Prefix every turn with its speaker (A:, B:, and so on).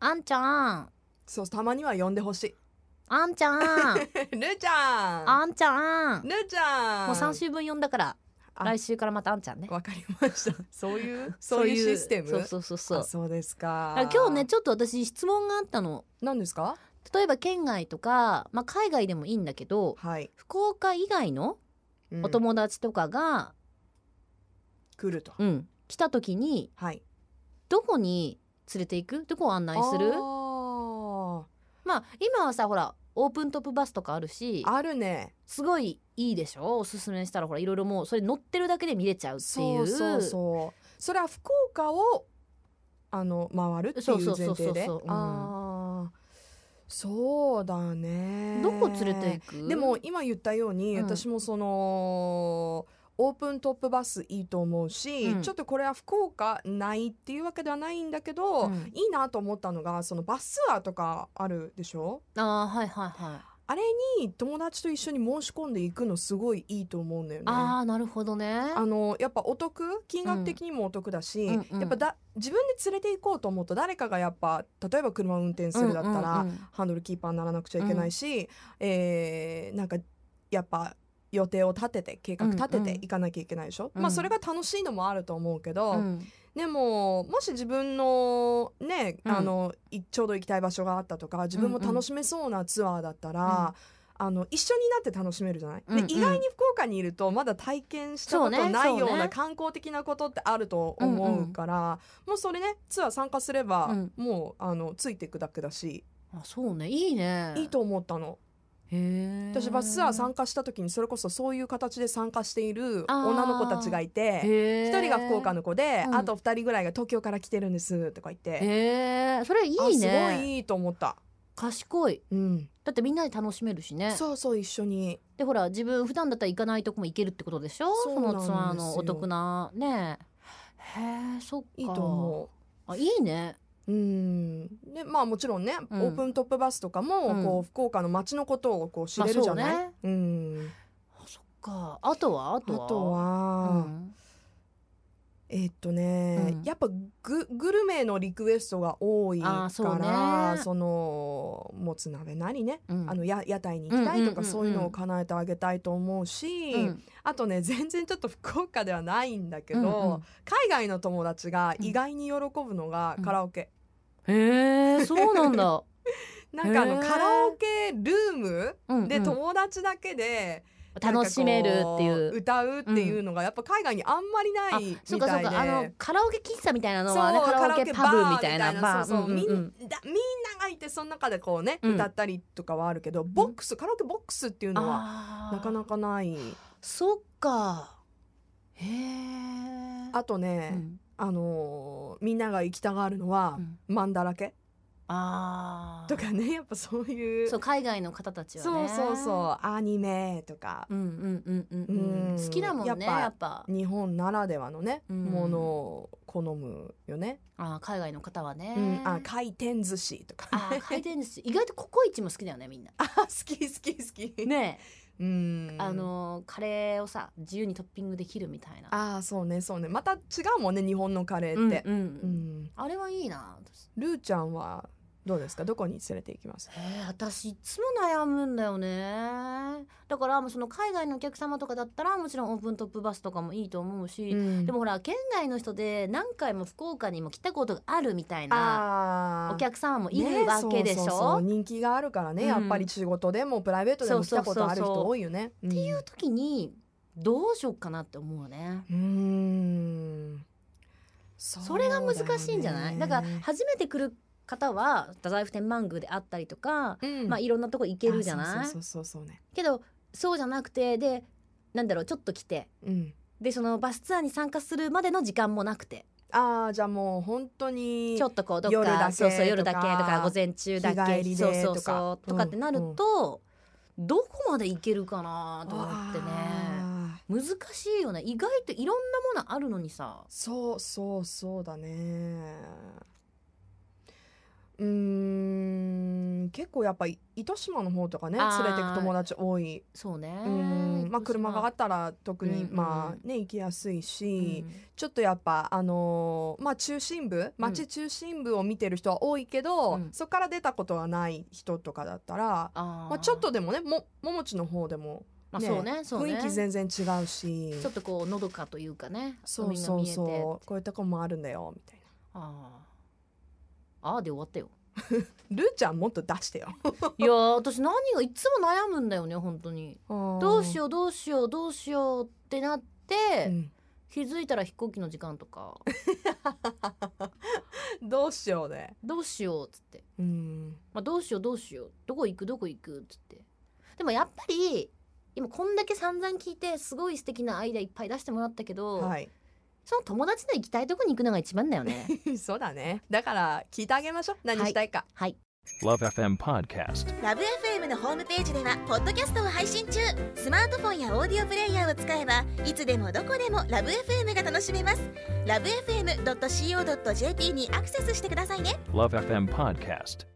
A: あんちゃん
B: そうたまには呼んでほし い
A: あんちゃ ん
B: るちゃん
A: あんちゃん
B: るちゃん
A: もう3週分呼んだから
B: あ
A: 来週からまたあんちゃんね
B: わかりましたそ ういうそういうシステム
A: そうそうそうそう
B: あそうですか
A: だから今日ねちょっと私質問があったの
B: 何ですか
A: 例えば県外とか、まあ、海外でもいいんだけど
B: はい、
A: 福岡以外の
B: うん
A: お友達とかが、
B: 来ると
A: うん来た時に
B: はい
A: どこに連れて行くどこを案内する
B: あー
A: まあ今はさほらオープントップバスとかあるし
B: あるね
A: すごいいいでしょおすすめしたらほらいろいろもうそれ乗ってるだけで見れちゃうってい
B: そううそうそうそれは福岡をあの回るっていう前
A: そうそうそ
B: 提
A: うそう
B: で
A: そううん
B: ああそうだね
A: どこ連れて行く
B: でも今言ったように、
A: うん
B: 私もそのオープントップバスいいと思うし、
A: うん
B: ちょっとこれは福岡ないっていうわけではないんだけど、
A: うん
B: いいなと思ったのがそのバスツアーとかあるでしょ
A: あーはいはいはい、
B: あれに友達と一緒に申し込んでいくのすごいいいと思うんだよね。
A: ああなるほどね
B: あのやっぱお得金額的にもお得だし、
A: うんうん
B: やっぱだ自分で連れて行こうと思うと誰かがやっぱ例えば車を運転するだったら、
A: うんうんうん
B: ハンドルキーパーにならなくちゃいけないし、えーなんかやっぱ予定を立てて計画立て
A: うんうん
B: て行かなきゃいけないでしょ、
A: うん
B: まあそれが楽しいのもあると思うけど、
A: うん
B: でももし自分のね
A: うん
B: あの、いちょうど行きたい場所があったとか自分も楽しめそうなツアーだったら、あの一緒になって楽しめるじゃない、
A: うんうん
B: で意外に福岡にいるとまだ体験した
A: そ
B: こ
A: う
B: と
A: ね
B: ないよう
A: そうね
B: な観光的なことってあると思うからもうそれねツアー参加すれば、
A: うん
B: もうあのついていくだけだし、
A: あそうねいいね
B: いいと思ったの。
A: へえ
B: 私バスツアー参加した時にそれこそそういう形で参加している
A: あー
B: 女の子たちがいて
A: へ
B: 一
A: え
B: 人が福岡の子で、
A: うん
B: あと二人ぐらいが東京から来てるんですとか言って。
A: へえそれいい
B: あすご
A: ね
B: いいいと思った。
A: 賢い
B: うん。
A: だってみんなで楽しめるしね
B: そうそう一緒に。
A: でほら自分普段だったら行かないとこも行けるってことでしょ
B: そう
A: そ
B: なん
A: の
B: ですよ
A: ツアーのお得なねへえそっか
B: いいと思
A: あいいね
B: う。うん。でまあもちろんね、
A: うん
B: オープントップバスとかも、
A: うん
B: こう福岡の街のことをこう知れるじゃない。
A: まあそうね
B: うん。
A: あそっかあとはあ
B: あ
A: とは
B: とは、
A: うん
B: えっとね、
A: うん
B: やっぱググルメのリクエストが多い
A: あ
B: か
A: ーそう
B: ら、
A: ね
B: そのもつ鍋なりね。
A: うん
B: あのや屋台に行きたい
A: うんうん
B: とか、
A: うんうん
B: そういうのを叶えてあげたいと思うし、
A: うん
B: あとね全然ちょっと福岡ではないんだけど、
A: うん
B: 海外の友達が意外に喜ぶのが
A: うん
B: カラオケ、
A: うんへえそうなん だ
B: なんかあの
A: へー
B: カラオケルーム
A: うん
B: で
A: うん
B: 友達だけでなんかこう
A: 楽しめるっていう
B: 歌うっていうのがやっぱ海外にあんまりないみ
A: そうかそ
B: た
A: う
B: いで
A: かあのカラオケ喫茶みたいなの
B: そう
A: はねカラオケパブみたい
B: カラ
A: な
B: オケ
A: バー
B: そうそう
A: うん
B: みん
A: うんう
B: なんみんながいてその中でこうね
A: うん
B: 歌ったりとかはあるけどボックスカラオケボックスっていうのは
A: あー
B: なかなかない
A: そっかへえ
B: あとね、
A: うん
B: あのーみんなが行きたがるのは
A: うん
B: マンだらけ
A: あー
B: とかねやっぱそういう
A: そう海外の方たちは
B: そう
A: ね
B: そうそうアニメとか
A: うんうんうんうん、う
B: うん
A: ん、好きだもんね
B: やっぱ
A: やっぱ
B: 日本ならではのね、
A: うん
B: ものを好むよね、
A: あー海外の方はね、
B: うん、あ回転寿司とか
A: あー回転寿司意外とココイチも好きだよねみんな
B: あ好き好き好き、
A: ね
B: うん
A: あのーカレーをさ自由にトッピングできるみたいな
B: あーそうねそうねまた違うもんね日本のカレ
A: うん
B: ーっ
A: うん
B: て、うん
A: あれはいいな私
B: ルーちゃんはどうですかどこに連れて行きます
A: えー私いつも悩むんだよねだからもうその海外のお客様とかだったらもちろんオープントップバスとかもいいと思うし、
B: うん
A: でもほら県外の人で何回も福岡にも来たことがあるみたいな
B: あー
A: お客様もいるわけでし
B: ねそうそうそう
A: ょ、
B: 人気があるからね、
A: うん
B: やっぱり仕事でもプライベートでも来たことある
A: そうそうそうそ
B: 人
A: う
B: 多いよねってい
A: そういう時にどうしようかなって思うね
B: うん
A: それが難しいんじゃないだから初めて来る方は太宰府天満宮であったりとか、
B: うん
A: まあいろんなとこ行けるじゃない
B: あそうそうそうそうね。
A: けどそうじゃなくてでなんだろうちょっと来て
B: うん。
A: でそのバスツアーに参加するまでの時間もなくて
B: ああじゃあもう本当に
A: ちょっとこうどっか
B: 夜だけ
A: そうそう夜
B: とか
A: だけとか午前中だ
B: 日
A: け
B: 帰りで
A: そうそう
B: とか
A: そうとかってなると、どこまで行けるかなと思ってね
B: あー
A: 難しいよね意外といろんなものあるのにさ
B: そうそうそうだね。うーん結構やっぱり糸島の方とかね連
A: あー
B: れてく友達多い、
A: そうね
B: うんまあ、車があ
A: て、
B: ったら特
A: うん
B: に
A: うん
B: まあね行きやすいうし、
A: ん
B: ちょっとやっぱあのーまあ中心部町中心部を見てる人は多いけど、
A: うん
B: そこから出たことがない人とかだったら、
A: あ
B: まあ、
A: ー
B: ちょっ、とでもねももちの方でも
A: まあ、
B: ね
A: そうねそうね
B: 雰囲気全然違うし
A: ちょっとこうのどかというかね
B: そうそう
A: 海が見えて
B: そうこういうとこもあるんだよみたいな。
A: あーあーで終わったよ
B: ルーちゃんもっと出してよ。
A: いやー私何がいつも悩むんだよね本当にど
B: ど
A: うしようどうしようどうしようってなって、
B: ん
A: 気づいたら飛行機の時間とか
B: どうしようね。
A: どうしようっつって、
B: うん。
A: まあ、どうしようどうしようどこ行くどこ行くっつってでもやっぱり今こんだけ散々聞いてすごい素敵なアイデアいっぱい出してもらったけど、
B: はい。
A: その友達の行きたいとこに行くのが一番だよね
B: そうだね。だから聞いてあげましょう。何したいか。
A: はい
C: Love FM Podcast.
D: ラブ f m のホームページではポッドキャストを配信中スマートフォンやオーディオプレイヤーを使えばいつでもどこでもラブ f m が楽しめますラブ FM.co.jp にアクセスしてくださいね
C: Love FM Podcast.